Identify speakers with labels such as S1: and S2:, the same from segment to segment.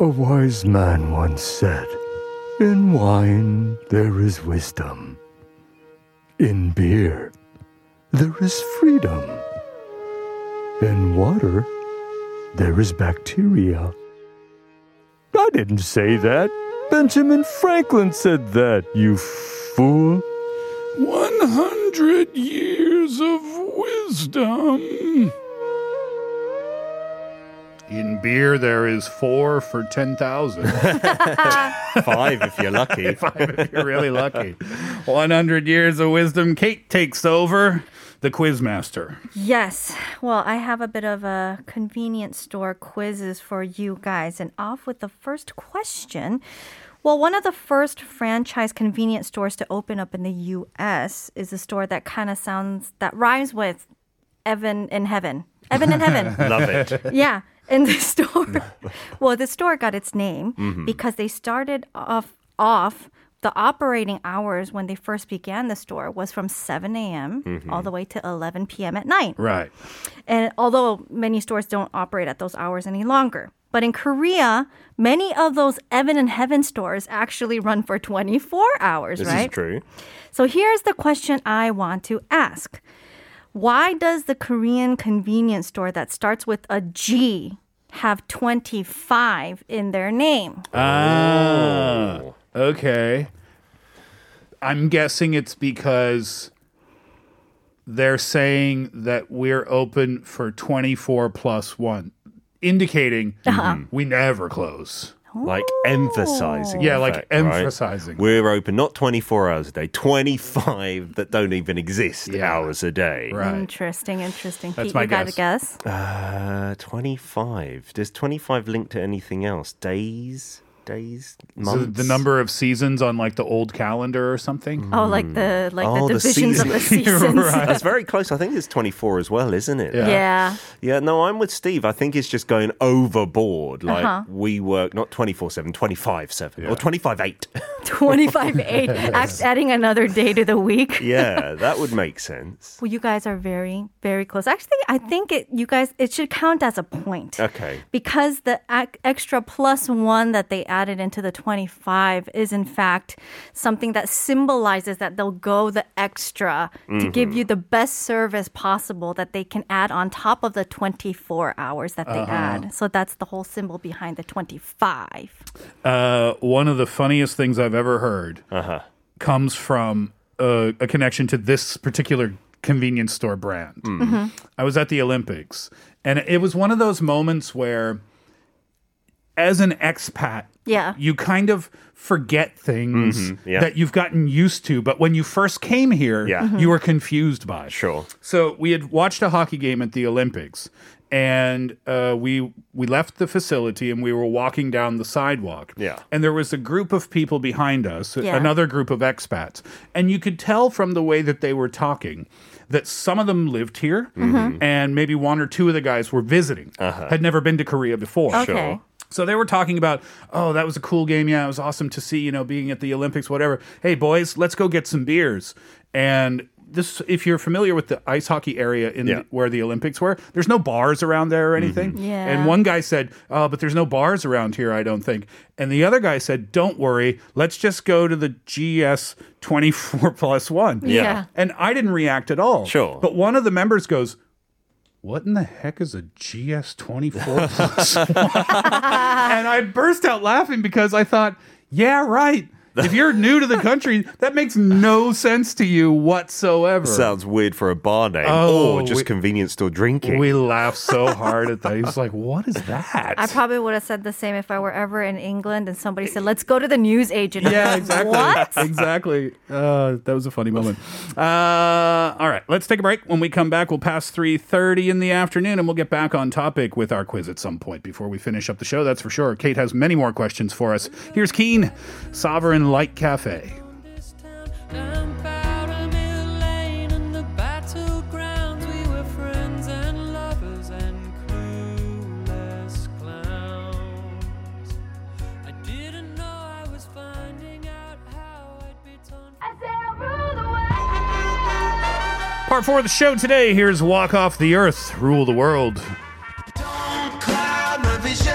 S1: A wise man once said, In wine there is wisdom. In beer there is freedom. In water there is bacteria. I didn't say that. Benjamin Franklin said that, you fool.
S2: 100 years of wisdom.
S3: In beer, there is four for 10,000.
S4: Five if you're lucky.
S3: if you're really lucky. 100 years of wisdom. Kate takes over. The quizmaster.
S5: Yes. Well, I have a bit of a convenience store quizzes for you guys. And off with the first question. Well, one of the first franchise convenience stores to open up in the US is a store that kind of sounds, that rhymes with Evan in Heaven. Evan in Heaven.
S4: Love it.
S5: Yeah. And the store, well, the store got its name
S4: Mm-hmm.
S5: because they started off off the operating hours when they first began the store was from 7 a.m.
S4: Mm-hmm.
S5: all the way to 11 p.m. at night.
S3: Right.
S5: And although many stores don't operate at those hours any longer, but in Korea, many of those Evan and Heaven stores actually run for 24 hours,
S4: This
S5: right?
S4: is true.
S5: So here's the question I want to ask. Why does the Korean convenience store that starts with a G have 25 in their name?
S3: Ah. Okay. I'm guessing it's because they're saying that we're open for 24 plus one, indicating
S4: Uh-huh.
S3: we never close.
S4: Like emphasizing.
S3: Yeah,
S4: the
S3: like
S4: fact, right?
S3: emphasizing.
S4: We're open not 24 hours a day, 25 that don't even exist
S3: Yeah.
S4: hours a day.
S3: Right.
S5: Interesting, interesting.
S3: That's
S5: Pete,
S3: my
S5: you got to guess.
S4: Uh, 25. Does 25 link to anything else? Days? Days?
S3: So
S4: Months? Mm-hmm.
S3: the number of seasons on like the old calendar or something.
S5: Oh, like the like
S4: Oh,
S5: the
S4: the
S5: divisions of the seasons.
S4: That's very close. I think it's 24 as well, isn't it?
S3: Yeah.
S5: Yeah.
S4: Yeah, no, I'm with Steve. I think it's just going overboard. Like,
S5: Uh-huh.
S4: we work not 24 7, 25 7, or 25 8.
S5: 25 8 act- adding another day to the week
S4: yeah, that would make sense.
S5: well you guys are very very close actually i think it you guys it should count as a point
S4: Okay.
S5: because the ac- extra plus one that they added into the 25 is in fact something that symbolizes that they'll go the extra to give
S4: Mm-hmm.
S5: you the best service possible that they can add on top of the 24 hours that they add
S4: Uh-huh.
S5: so that's the whole symbol behind the 25
S3: Uh, one of the funniest things I've ever heard
S4: Uh-huh.
S3: comes from a, a connection to this particular convenience store brand.
S4: Mm-hmm.
S3: I was at the Olympics, and it was one of those moments where, as an expat,
S5: Yeah.
S3: you kind of forget things
S4: Mm-hmm. yeah.
S3: that you've gotten used to. But when you first came here,
S4: Yeah. Mhm.
S3: you were confused by it.
S4: Sure.
S3: So we had watched a hockey game at the Olympics, and uh, we we left the facility and we were walking down the sidewalk.
S4: Yeah.
S3: and there was a group of people behind us,
S5: Yeah.
S3: another group of expats, and you could tell from the way that they were talking that some of them lived here, and maybe one or two of the guys were visiting, had never been to Korea before.
S5: okay
S3: So they were talking about, oh, that was a cool game. Yeah, it was awesome to see, you know, being at the Olympics, whatever. Hey, boys, let's go get some beers. And this, if you're familiar with the ice hockey area in
S4: Yeah.
S3: the, where the Olympics were, there's no bars around there or anything.
S5: Yeah.
S3: And one guy said, oh, but there's no bars around here, I don't think. And the other guy said, don't worry, let's just go to the GS 24 plus one.
S4: Yeah.
S3: And I didn't react at all.
S4: Sure.
S3: But one of the members goes, what in the heck is a GS24 plus one? and I burst out laughing because I thought, yeah, right. If you're new to the country, that makes no sense to you whatsoever.
S4: Sounds weird for a bar name
S3: Oh,
S4: or
S3: we-
S4: just convenience store drinking.
S3: we laughed so hard at that. He was like, what is that?
S5: I probably would have said the same if I were ever in England and somebody said, "Let's go to the news agent." I'd be
S3: yeah,
S5: like,
S3: exactly.
S5: What?
S3: Exactly. Uh, that was a funny moment. Uh, all right, let's take a break. When we come back, we'll pass 3.30 in the afternoon, and we'll get back on topic with our quiz at some point before we finish up the show, that's for sure. Kate has many more questions for us. Here's Keen, Sovereign Light Cafe.
S6: Gunpowder, Mill Lane, and the battlegrounds. We were friends and lovers and clueless clowns. I didn't know I was finding out how I'd be torn. I said I'll rule the world.
S3: Part four of the show today, here's Walk Off the Earth, Rule the World.
S7: Cloud my vision.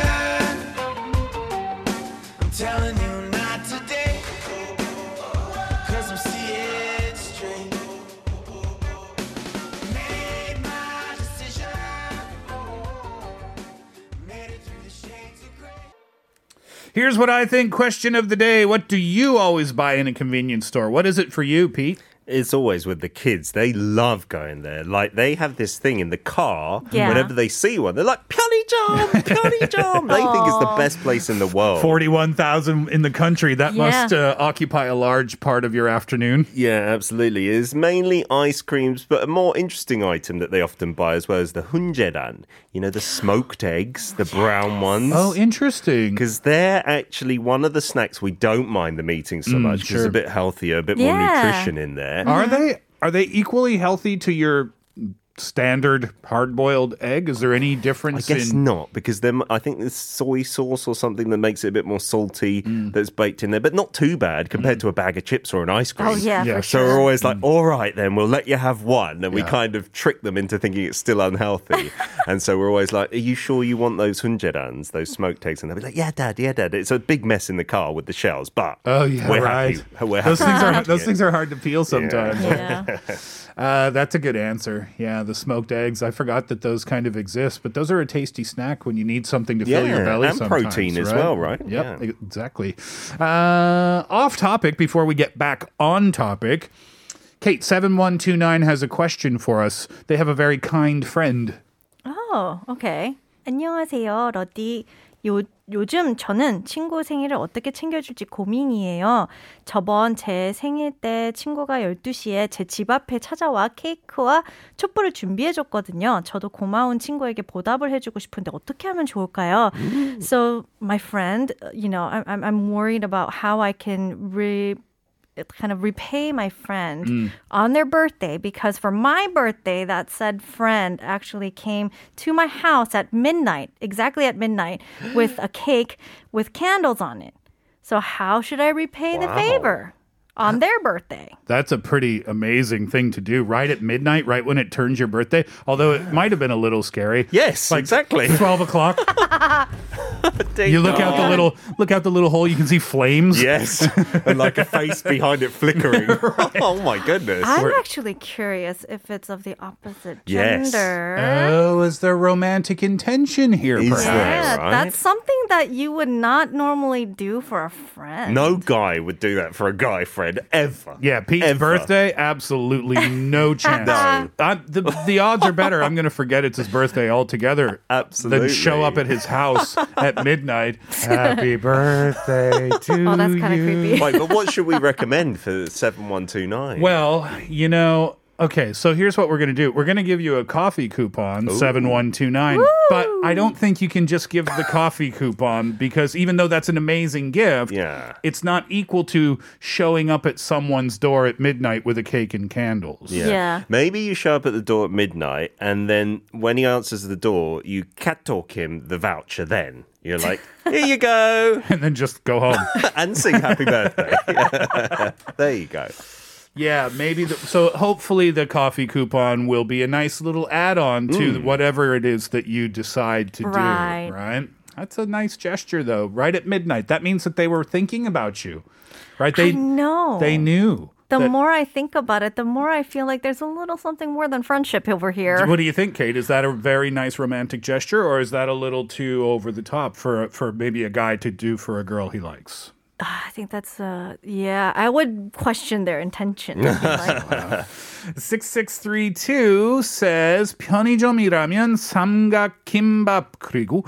S3: Here's what I think question of the day. What do you always buy in a convenience store? What is it for you, Pete?
S4: It's always with the kids. They love going there. Like they have this thing in the car.
S5: Yeah.
S4: Whenever they see one, they're like, Pyeongchang, Pyeongchang. they think it's the best place in the world.
S3: 41,000 in the country. That
S5: Yeah.
S3: must uh, occupy a large part of your afternoon.
S4: Yeah, absolutely. It's mainly ice creams, but a more interesting item that they often buy as well is the hunjeran. You know, the smoked eggs, the brown ones.
S3: Oh, interesting.
S4: because they're actually one of the snacks we don't mind them eating so much 'cause it's a bit healthier, a bit more
S5: Yeah.
S4: nutrition in there.
S3: Are they are they equally healthy to your standard hard-boiled egg? Is there any
S4: I
S3: difference
S4: guess
S3: in
S4: not because then I think there's soy sauce or something that makes it a bit more salty
S3: Mm.
S4: that's baked in there, but not too bad compared to a bag of chips or an ice cream.
S5: Oh, yeah,
S3: Yeah, Mm.
S5: for
S4: So
S5: sure.
S4: we're always like, all right, then we'll let you have one. And we
S3: Yeah.
S4: kind of trick them into thinking it's still unhealthy. and so we're always like, are you sure you want those hunjerans, those smoked eggs? And they'll be like, yeah, dad, yeah, dad. It's a big mess in the car with the shells, but
S3: Oh yeah,
S4: we're
S3: right.
S4: happy. We're
S3: Those
S4: happy
S3: things
S4: to
S3: are
S4: eat
S3: those
S4: it."
S3: things are hard to peel sometimes.
S5: Yeah.
S3: Uh, that's a good answer. Yeah, the smoked eggs. I forgot that those kind of exist, but those are a tasty snack when you need something to fill your
S4: Yeah,
S3: belly.
S4: and
S3: sometimes,
S4: protein as
S3: right?
S4: well, right?
S3: Yep,
S4: Yeah.
S3: exactly. Uh, off topic. Before we get back on topic, Kate seven one two nine has a question for us. They have a very kind friend.
S5: Oh, okay. 안녕하세요, 러디. 요, 요즘 저는 친구 생일을 어떻게 챙겨줄지 고민이에요. 저번 제 생일 때 친구가 12시에 제 집 앞에 찾아와 케이크와 촛불을 준비해줬거든요. 저도 고마운 친구에게 보답을 해주고 싶은데 어떻게 하면 좋을까요?
S3: 음.
S5: So, my friend, you know, I'm, I'm, I'm worried about how I can re... kind of repay my friend on their birthday because for my birthday, that said friend actually came to my house at midnight, exactly at midnight, with a cake with candles on it. So, how should I repay the favor on their birthday?
S3: That's a pretty amazing thing to do right at midnight, right when it turns your birthday. Although it might have been a little scary.
S4: Yes, exactly.
S3: 12 o'clock. you look out the little look out the little hole, you can see flames.
S4: Yes, and like a face behind it flickering. Oh my goodness.
S5: I'm
S4: We're-
S5: actually curious if it's of the opposite
S4: Yes.
S5: gender.
S3: Oh, is there romantic intention here?
S4: Is
S3: perhaps?
S4: there?
S5: yeah,
S4: right?
S5: that's something that you would not normally do for a friend.
S4: no guy would do that for a guy friend ever.
S3: Yeah, Pete's
S4: Ever.
S3: birthday, absolutely no chance.
S4: No.
S3: I'm, the, the odds are better. I'm going to forget it's his birthday altogether.
S4: Absolutely.
S3: Than show up at his house at midnight. Happy birthday to
S5: Oh, that's kind of
S3: you.
S5: creepy.
S4: Wait, but what should we recommend for 7129?
S3: Well, you know, okay, so here's what we're going to do. We're going to give you a coffee coupon, 7129. But I don't think you can just give the coffee coupon because even though that's an amazing gift,
S4: Yeah.
S3: it's not equal to showing up at someone's door at midnight with a cake and candles.
S5: Yeah.
S4: Maybe you show up at the door at midnight, and then when he answers the door, you cat talk him the voucher. Then you're like, "Here you go,"
S3: And then just go home.
S4: and sing "Happy Birthday." there you go.
S3: yeah, maybe. The, so hopefully the coffee coupon will be a nice little add on to whatever it is that you decide to
S5: Mm. Right.
S3: do. Right. That's a nice gesture, though. Right at midnight, that means that they were thinking about you, right? They
S5: I know.
S3: They knew.
S5: The
S3: that-
S5: more I think about it, the more I feel like there's a little something more than friendship over here.
S3: What do you think, Kate? Is that a very nice romantic gesture, or is that a little too over the top for for maybe a guy to do for a girl he likes?
S5: I think that's uh yeah, I would question their intention. Like,
S3: Six six three two says 편의점이라면 삼각 김밥 그리고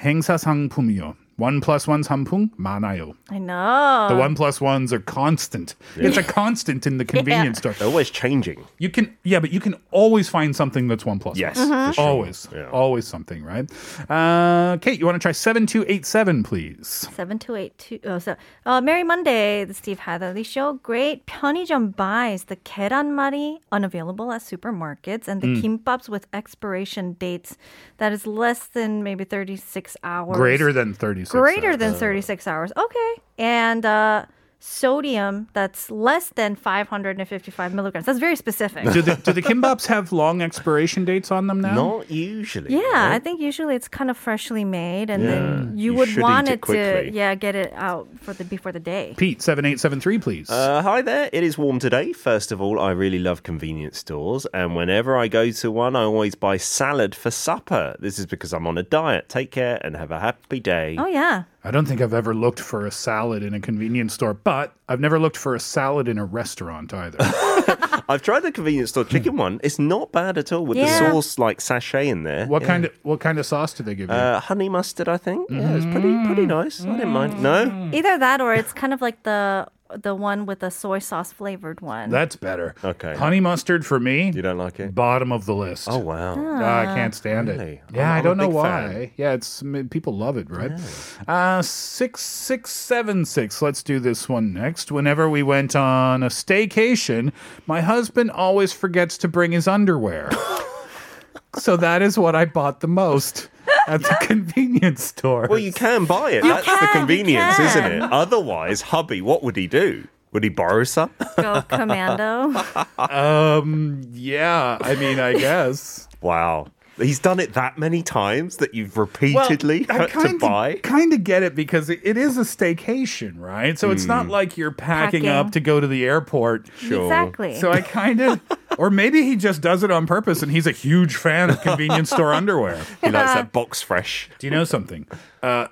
S3: 행사 상품이요. One plus one 상품 많아요.
S5: I know.
S3: The one plus ones are constant. It's a constant in the convenience
S4: They're
S3: store.
S4: always changing.
S3: You can, yeah, but you can always find something that's one plus.
S4: Yes,
S5: Mm-hmm.
S4: for sure.
S3: Always,
S4: Yeah.
S3: always something, right? Uh, Kate, you want to try 7287, please?
S5: 7282. Oh, so, uh, Merry Monday, the Steve Hatherley Show. Great. 편의점 buys the 계란말이 unavailable at supermarkets and the
S3: Hmm.
S5: kimbaps with expiration dates that is less than maybe 36 hours.
S3: Greater than 36. hours.
S5: greater than 36 hours. Okay. And uh, sodium that's less than 555 milligrams. That's very specific.
S3: Do the, do the kimbaps have long expiration dates on them now?
S4: Not usually.
S5: Yeah, I
S4: right?
S5: think usually it's kind of freshly made, and then you,
S4: You
S5: would
S4: should
S5: want
S4: eat
S5: it,
S4: it
S5: to
S4: quickly.
S5: yeah get it out for the before the day.
S3: Pete, 7873, please.
S4: Uh, hi there. It is warm today. First of all, I really love convenience stores, and whenever I go to one, I always buy salad for supper. This is because I'm on a diet. Take care and have a happy day.
S5: Oh yeah,
S3: I don't think I've ever looked for a salad in a convenience store, but I've never looked for a salad in a restaurant either.
S4: I've tried the convenience store chicken one. It's not bad at all with
S5: Hmm.
S4: the
S5: Yeah.
S4: sauce like sachet in there.
S3: What
S4: Yeah.
S3: kind of what kind of sauce do they give you?
S4: Uh, honey mustard, I think. Yeah, it's pretty pretty
S5: Mm.
S4: nice. I didn't mind. No,
S5: Either that or it's kind of like the the one with the soy sauce flavored one.
S3: That's better.
S4: Okay.
S3: Honey mustard for me,
S4: you don't like it.
S3: bottom of the list.
S4: Oh
S5: Ah.
S4: wow.
S3: Uh, I can't stand
S4: Really?
S3: it. Yeah, I'm, I
S4: I'm- I'm
S3: do
S4: a
S3: not know
S4: big
S3: why.
S4: fan.
S3: Yeah, it's I mean, people love it, right? Uh, six six seven six. Let's do this one next. Whenever we went on a staycation, my husband always forgets to bring his underwear, so that is what I bought the most at the convenience store.
S4: Well, you can buy it. That's
S5: can,
S4: the
S5: you
S4: convenience,
S5: can.
S4: isn't it? Otherwise, hubby, what would he do? Would he borrow some?
S5: Go commando.
S3: um, yeah, I mean, I guess.
S4: wow. He's done it that many times that you've repeatedly
S3: I
S4: had uh, to
S3: kinda-
S4: buy.
S3: Kind of get it because it, it is a staycation, right? So it's
S4: Hmm.
S3: not like you're packing,
S5: Packing.
S3: up to go to the airport.
S5: Exactly.
S3: So I kind of, or maybe he just does it on purpose, and he's a huge fan of convenience store underwear.
S4: He likes that box fresh.
S3: Do you know something? Uh,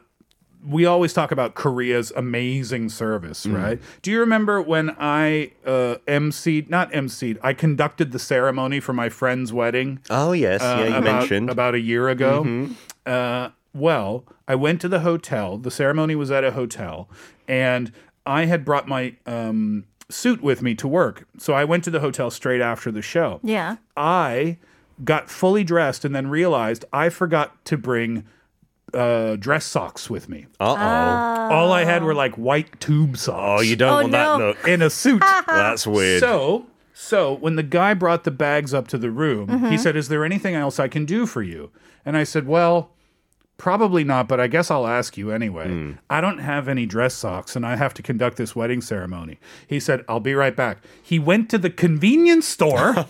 S3: we always talk about Korea's amazing service, right? Do you remember when I uh, emceed, not emceed, I conducted the ceremony for my friend's wedding?
S4: Oh yes,
S3: uh,
S4: yeah, you
S3: about,
S4: mentioned. Mm-hmm.
S3: about a year ago. Uh, well, I went to the hotel. The ceremony was at a hotel, and I had brought my um, suit with me to work. So I went to the hotel straight after the show.
S5: yeah.
S3: I got fully dressed and then realized I forgot to bring uh, dress socks with me.
S4: Uh oh.
S3: All I had were like white tube socks
S4: Oh, you don't
S5: Oh,
S4: want that
S5: no.
S4: look.
S3: in a suit.
S4: Ah. That's weird.
S3: So, so when the guy brought the bags up to the room,
S4: Mm-hmm.
S3: he said, "Is there anything else I can do for you?" And I said, "Well, probably not, but I guess I'll ask you anyway.
S4: Hmm.
S3: I don't have any dress socks and I have to conduct this wedding ceremony." He said, "I'll be right back." He went to the convenience store.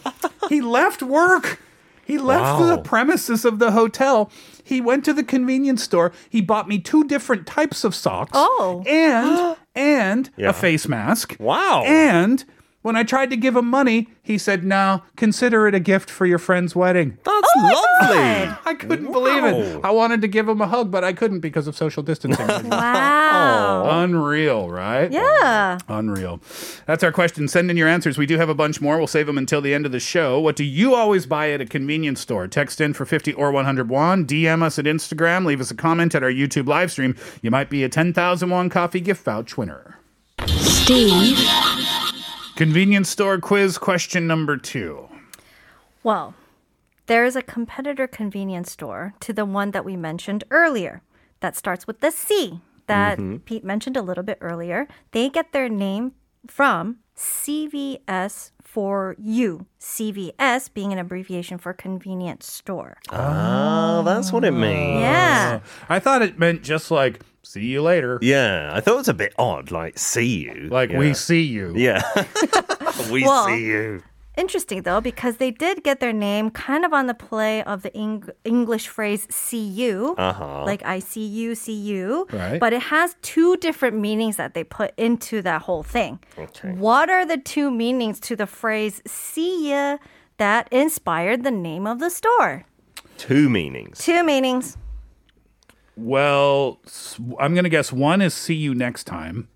S3: he left work. He left
S4: Wow.
S3: the premises of the hotel. He went to the convenience store. He bought me two different types of socks.
S5: Oh.
S3: And and
S4: Yeah.
S3: a face mask.
S4: Wow.
S3: And when I tried to give him money, he said, "No, consider it a gift for your friend's wedding."
S4: That's lovely.
S3: I couldn't believe it. I wanted to give him a hug, but I couldn't because of social
S4: Oh.
S3: distancing.
S5: Wow.
S3: Unreal, right?
S5: Yeah.
S3: Unreal. That's our question. Send in your answers. We do have a bunch more. We'll save them until the end of the show. What do you always buy at a convenience store? Text in for 50 or 100 won. DM us at Instagram. Leave us a comment at our YouTube live stream. You might be a 10,000 won coffee gift voucher winner.
S7: Steve,
S3: Convenience store quiz question number two.
S5: Well, there is a competitor convenience store to the one that we mentioned earlier that starts with the C that Pete mentioned a little bit earlier. They get their name from CVS for you. CVS being an abbreviation for convenience store.
S4: Oh, that's what it means.
S5: yeah.
S3: I thought it meant just like, see you later.
S4: Yeah, I thought it was a bit odd. Like, see you.
S3: Like,
S4: yeah.
S3: we see you.
S4: Yeah. we
S5: Well-
S4: see you.
S5: Interesting though, because they did get their name kind of on the play of the Eng- English phrase "see you,"
S4: Uh-huh.
S5: like "I see you, see you."
S3: Right.
S5: But it has two different meanings that they put into that whole thing.
S4: Okay.
S5: What are the two meanings to the phrase "see ya" that inspired the name of the store?
S4: Two meanings.
S5: Two meanings.
S3: Well, s- I'm going to guess one is see you next time.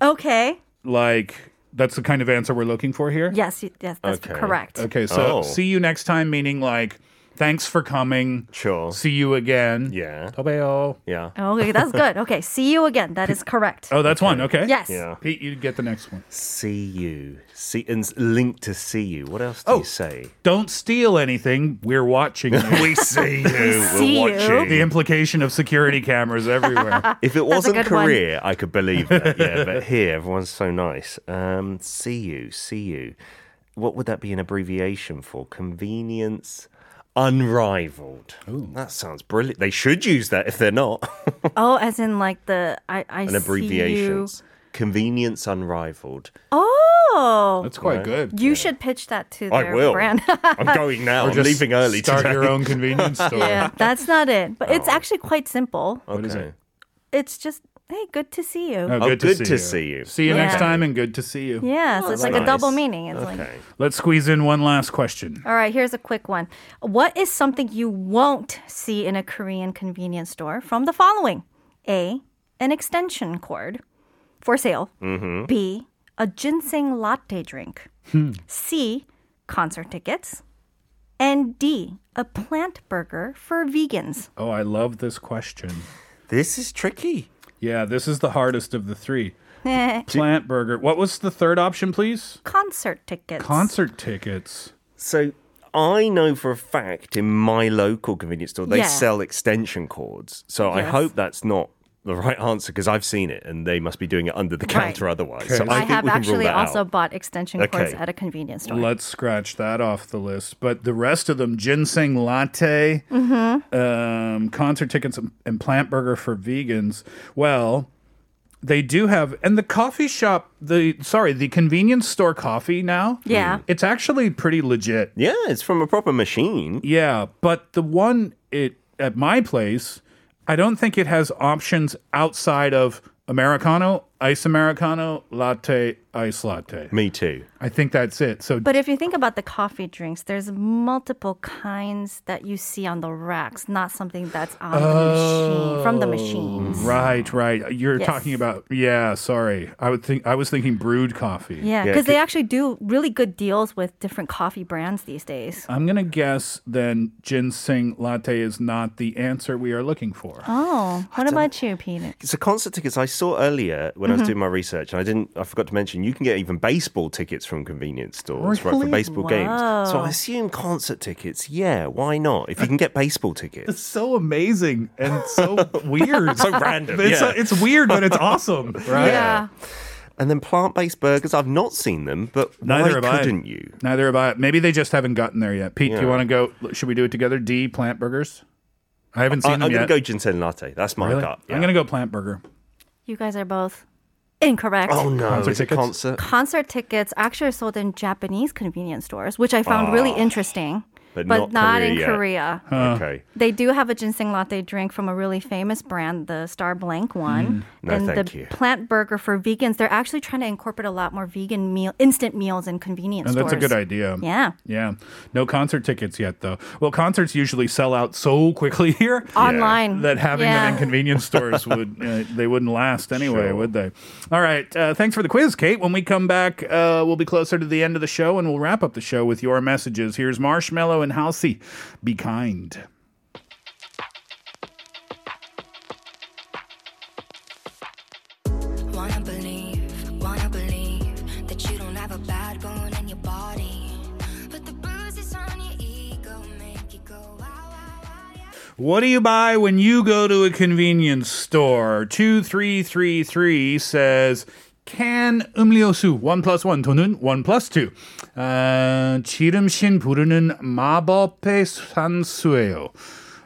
S5: Okay.
S3: Like, that's the kind of answer we're looking for here.
S5: Yes, y- yes, that's
S4: Okay.
S5: correct.
S3: Okay, so
S4: Oh.
S3: see you next time, meaning like, thanks for coming.
S4: Sure.
S3: See Oh. you again.
S4: Yeah.
S3: Tobeo.
S4: Yeah.
S5: Okay, that's good. Okay, see you again. That is correct.
S3: Oh, that's one. Okay.
S5: Yes.
S4: Yeah.
S3: Pete, you get the next one.
S4: See you. See and s- linked to see you. What else do
S3: Oh.
S4: you say?
S3: Don't steal anything. We're watching you.
S4: We see you.
S5: see you.
S4: We're watching.
S3: the implication of security cameras everywhere.
S4: If it
S5: That's a
S4: wasn't
S5: good one.
S4: Korea, I could believe that. Yeah, but here everyone's so nice. Um, see you. See you. What would that be an abbreviation for? Convenience. Unrivaled. That sounds brilliant. They should use that if they're not.
S5: Oh, as in like the I, I
S4: an abbreviation.
S5: abbreviations.
S4: Convenience unrivaled.
S5: Oh.
S3: That's quite good.
S5: You should pitch that to
S4: I
S5: their
S4: will.
S5: brand.
S4: I'm going now. I'm leaving early
S3: Start
S4: today.
S3: your own convenience store.
S5: yeah, that's not it. But
S4: Oh.
S5: it's actually quite simple.
S4: Okay.
S3: is it?
S5: It's just hey, good to see you.
S3: Oh,
S4: Oh,
S3: good,
S4: good
S3: to, see,
S4: to
S3: you.
S4: see you.
S3: See you next
S5: Yeah.
S3: time and good to see you.
S5: Yeah, so it's like
S4: Oh, nice.
S5: a double meaning. It's like,
S4: Okay.
S3: Let's squeeze in one last question.
S5: all right, here's a quick one. What is something you won't see in a Korean convenience store from the following? A. an extension cord for sale.
S4: Mm-hmm.
S5: B, a ginseng latte drink. C, concert tickets. And D, a plant burger for vegans.
S3: Oh, I love this question.
S4: This is tricky.
S3: Yeah, this is the hardest of the three. Plant burger. What was the third option, please?
S5: Concert tickets.
S3: Concert tickets.
S4: So I know for a fact in my local convenience store
S5: Yeah.
S4: they sell extension cords. So I
S5: Yes.
S4: hope that's not the right answer because I've seen it and they must be doing it under the
S5: Right.
S4: counter otherwise. So
S5: I,
S4: I, think
S5: have
S4: we can rule
S5: actually
S4: that
S5: also
S4: out.
S5: bought extension cords
S4: Okay.
S5: at a convenience store.
S3: Let's scratch that off the list. But the rest of them ginseng latte,
S5: Mm-hmm.
S3: um, concert tickets, and- and plant burger for vegans. Well, they do have, and the coffee shop, the sorry, the convenience store coffee now.
S5: Yeah.
S3: It's actually pretty legit.
S4: Yeah, it's from a proper machine.
S3: Yeah, but the one it at my place, I don't think it has options outside of americano, ice americano, latte, ice latte.
S4: Me too.
S3: I think that's it. So
S5: But if you think about the coffee drinks, there's multiple kinds that you see on the racks, not something that's on the machine from the
S4: Oh,
S5: machines.
S3: right, right. You're
S5: Yes.
S3: talking about yeah, sorry. I would think I was thinking brewed coffee.
S5: Yeah,
S4: Yeah,
S5: because they
S4: could-
S5: actually do really good deals with different coffee brands these days.
S3: I'm going to guess then ginseng latte is not the answer we are looking for.
S5: Oh, what about you, Peter?
S4: So concert tickets I saw earlier when
S5: Mm-hmm.
S4: I was doing my research, and I didn't. I forgot to mention you can get even baseball tickets from convenience stores, right, for
S3: Really?
S4: baseball games. So
S5: Wow.
S4: I assume concert tickets. Yeah, why not? If you can get baseball tickets,
S3: So amazing and so weird.
S4: so random.
S3: It's,
S4: yeah.
S3: it's weird, but it's awesome, right?
S5: Yeah.
S4: and then plant-based burgers. I've not seen them, but
S3: Neither
S4: why
S3: have
S4: couldn't
S3: I.
S4: you?
S3: Neither have I. Maybe they just haven't gotten there yet. Pete, do you
S4: Yeah.
S3: want to go? Should we do it together? D plant burgers. I haven't
S4: I,
S3: seen
S4: am
S3: them
S4: going to
S3: yet.
S4: go ginseng latte. That's my
S3: Really?
S4: gut.
S3: I'm gonna go plant burger.
S5: You guys are both incorrect.
S4: Oh no!
S3: Concert
S4: is it
S3: tickets?
S4: concert,
S5: Concert tickets actually are sold in Japanese convenience stores, which I found really interesting,
S4: Ah. but,
S5: but not, in
S4: yet.
S5: Korea.
S4: Okay.
S5: They do have a ginseng latte drink from a really famous brand, the Star Blank one.
S4: Mm, No,
S5: and
S4: thank
S5: the
S4: you.
S5: plant burger for vegans. They're actually trying to incorporate a lot more vegan meal, instant meals in convenience
S3: And Oh, that's
S5: stores.
S3: a good idea.
S5: Yeah.
S3: Yeah. No concert tickets yet, though. Well, concerts usually sell out so quickly here
S5: Online.
S3: that having
S5: Yeah.
S3: them in convenience stores would uh, they wouldn't last anyway, would they? All right. Uh, thanks for the quiz, Kate. When we come back, uh, we'll be closer to the end of the show, and we'll wrap up the show with your messages. Here's Marshmallow and Halsey. Be kind.
S8: Wanna believe, wanna believe that you don't have a bad bone in your body. But the bruises on your ego make you go wow, wow, wow, yeah.
S3: What do you buy when you go to a convenience store? 2333 says, Can 음료수 1 plus 1 또는 1 plus Uh, 2. 아, 지름신 부르는 마법의 산수예요.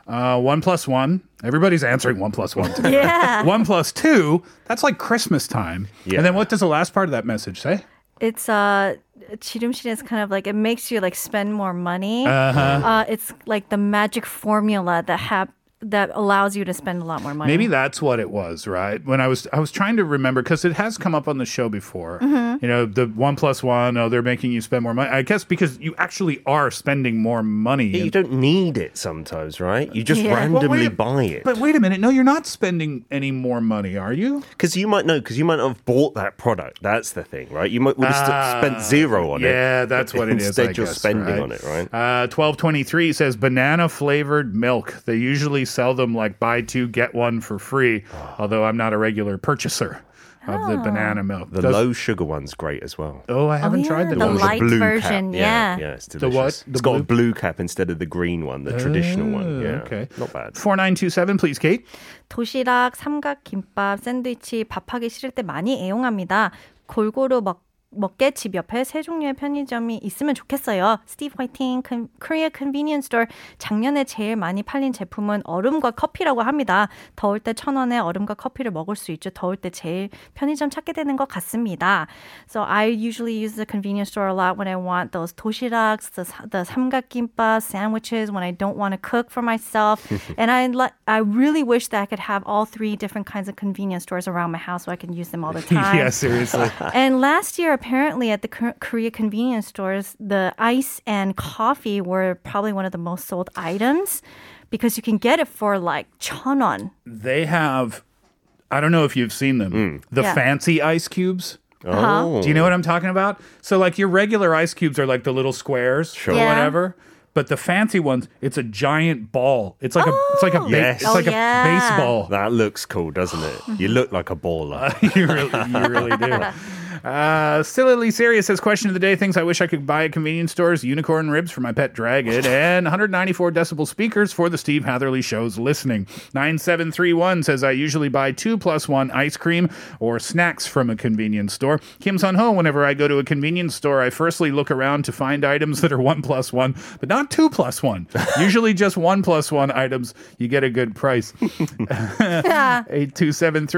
S3: Uh, 1 plus 1. Everybody's answering 1 plus 1 today.
S5: Yeah.
S3: 1 plus 2, that's like Christmas time.
S4: Yeah.
S3: And then what does the last part of that message say?
S5: It's uh Chirumshin is kind of like it makes you like spend more money. Uh-huh. it's like the magic formula that hap- that allows you to spend a lot more money.
S3: Maybe that's what it was, right? When I was I was trying to remember because it has come up on the show before.
S5: Mm-hmm.
S3: You know, the one plus one, oh, they're making you spend more money. I guess because you actually are spending more money.
S4: Yeah,
S3: And-
S4: you don't need it sometimes, right? You just
S5: Yeah. Well,
S3: Well, wait
S4: randomly
S3: a-
S4: buy it.
S3: But wait a minute, no, you're not spending any more money, are you?
S4: Because you might know, because you might not have bought that product. That's the thing, right? You might would have
S3: Ah,
S4: st- spent zero on it.
S3: Yeah, that's what
S4: but
S3: it is. I
S4: Instead, you're
S3: guess,
S4: spending on it, right?
S3: Uh, Twelve twenty three says banana flavored milk. They usually sell them like buy two get one for free.
S4: Ah.
S3: Although I'm not a regular purchaser of the banana milk.
S4: The
S3: Does-
S4: low sugar one's great as well.
S3: oh, I
S5: Oh,
S3: haven't
S5: yeah,
S3: tried the,
S5: the
S3: one.
S4: with
S5: light version,
S4: Cap. yeah,
S5: yeah.
S4: it's
S3: what?
S4: delicious.
S3: The
S4: it's got a
S3: blue- Ah,
S4: blue cap instead of the green one, the traditional one. Yeah,
S3: Okay.
S4: not bad.
S3: 4927, please, Kate.
S5: 도시락, 삼각, 김밥, 샌드위치 밥하기 싫을 때 많이 애용합니다. 골고루 먹 먹게 집 옆에 세 종류의 편의점이 있으면 좋겠어요. 스티브 화이팅 큰- 코리아 컨비니언스 스토어 작년에 제일 많이 팔린 제품은 얼음과 커피라고 합니다. 더울 때 천 원에 얼음과 커피를 먹을 수 있죠. 더울 때 제일 편의점 찾게 되는 것 같습니다. So I usually use the convenience store a lot when I want those 도시락s, the, sa- the 삼각김밥, sandwiches when I don't want to cook for myself. and I li- I really wish that I could have all three different kinds of convenience stores around my house so I can use them all the time.
S3: yeah, seriously.
S5: And last year, apparently, at the Kor- Korea convenience stores, the ice and coffee were probably one of the most sold items because you can get it for like chon won.
S3: they have I don't know if you've seen them.
S4: Hmm.
S3: The
S5: Yeah.
S3: fancy ice cubes.
S5: Huh?
S4: Oh.
S3: Do you know what I'm talking about? So like your regular ice cubes are like the little squares or
S5: Yeah.
S3: whatever. But the fancy ones, it's a giant ball. It's like a it's like a ba-
S4: Yes.
S3: it's like a
S5: Oh, yeah.
S3: baseball.
S4: That looks cool, doesn't it? You look like a baller.
S3: you really, you really do. Uh, Sillily Serious says, question of the day, things I wish I could buy at convenience stores, unicorn ribs for my pet dragon, and 194 decibel speakers for the Steve Hatherley Show's listening. 9731 says, I usually buy two plus one ice cream or snacks from a convenience store. Kim Sun Ho, whenever I go to a convenience store, I firstly look around to find items that are one plus one, but not two plus one. usually just one plus one items. You get a good price. 8273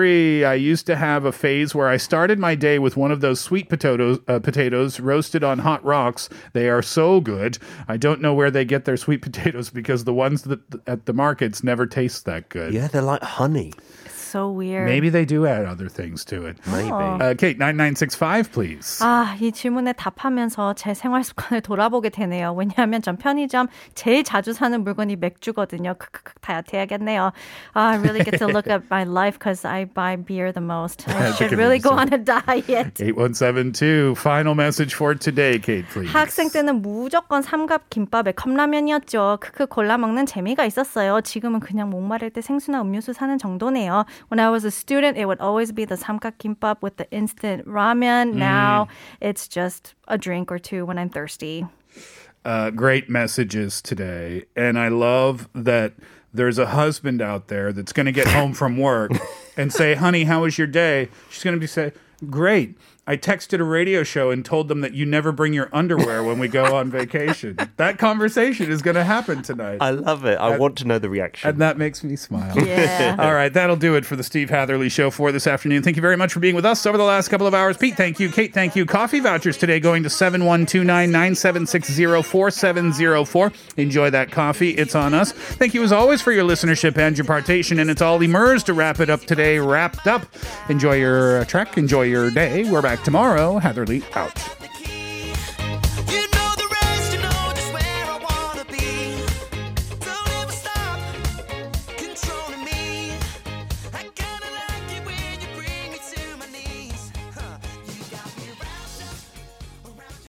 S3: i used to have a phase where i started my day with one of those sweet potatoes uh, potatoes roasted on hot rocks they are so good i don't know where they get their sweet potatoes because the ones that at the markets never taste that good
S4: yeah, they're like honey.
S5: It's so weird.
S3: maybe they do add other things to it
S4: Maybe.
S3: uh, kate 9965 please
S5: 아, 이 질문에 답하면서 제 생활 습관을 돌아보게 되네요. 왜냐하면 전 편의점 제일 자주 사는 물건이 맥주거든요. 크크크 다이어트해야겠네요. 아, I really get to look at my life because I buy beer the most. I should really go on a diet.
S3: 8172 final message for today kate please
S5: 학생 때는 무조건 삼갑 김밥에 컵라면이었죠. 크크 골라 먹는 재미가 있었어요. 지금은 그냥 목마를 때 생수나 음료수 사는 정도네요. When I was a student, it would always be the 삼갑 김밥 with the instant ramen. Now it's just a drink or two when I'm thirsty.
S3: uh, great messages today. And I love that there's a husband out there that's going to get home from work and say, honey, how was your day? She's going to be say, great. I texted a radio show and told them that you never bring your underwear when we go on vacation. that conversation is going to happen tonight.
S4: I love it. I want to know the reaction.
S3: and that makes me smile.
S5: Yeah.
S3: All right, that'll do it for the Steve Hatherley Show for this afternoon. Thank you very much for being with us over the last couple of hours. Pete, thank you. Kate, thank you. Coffee vouchers today going to 7129-976-4704. Enjoy that coffee. It's on us. Thank you as always for your listenership and your partation. And it's all the MERS to wrap it up today. Wrapped up. Enjoy your uh, trek. Enjoy your day. We're back tomorrow. Hatherley out.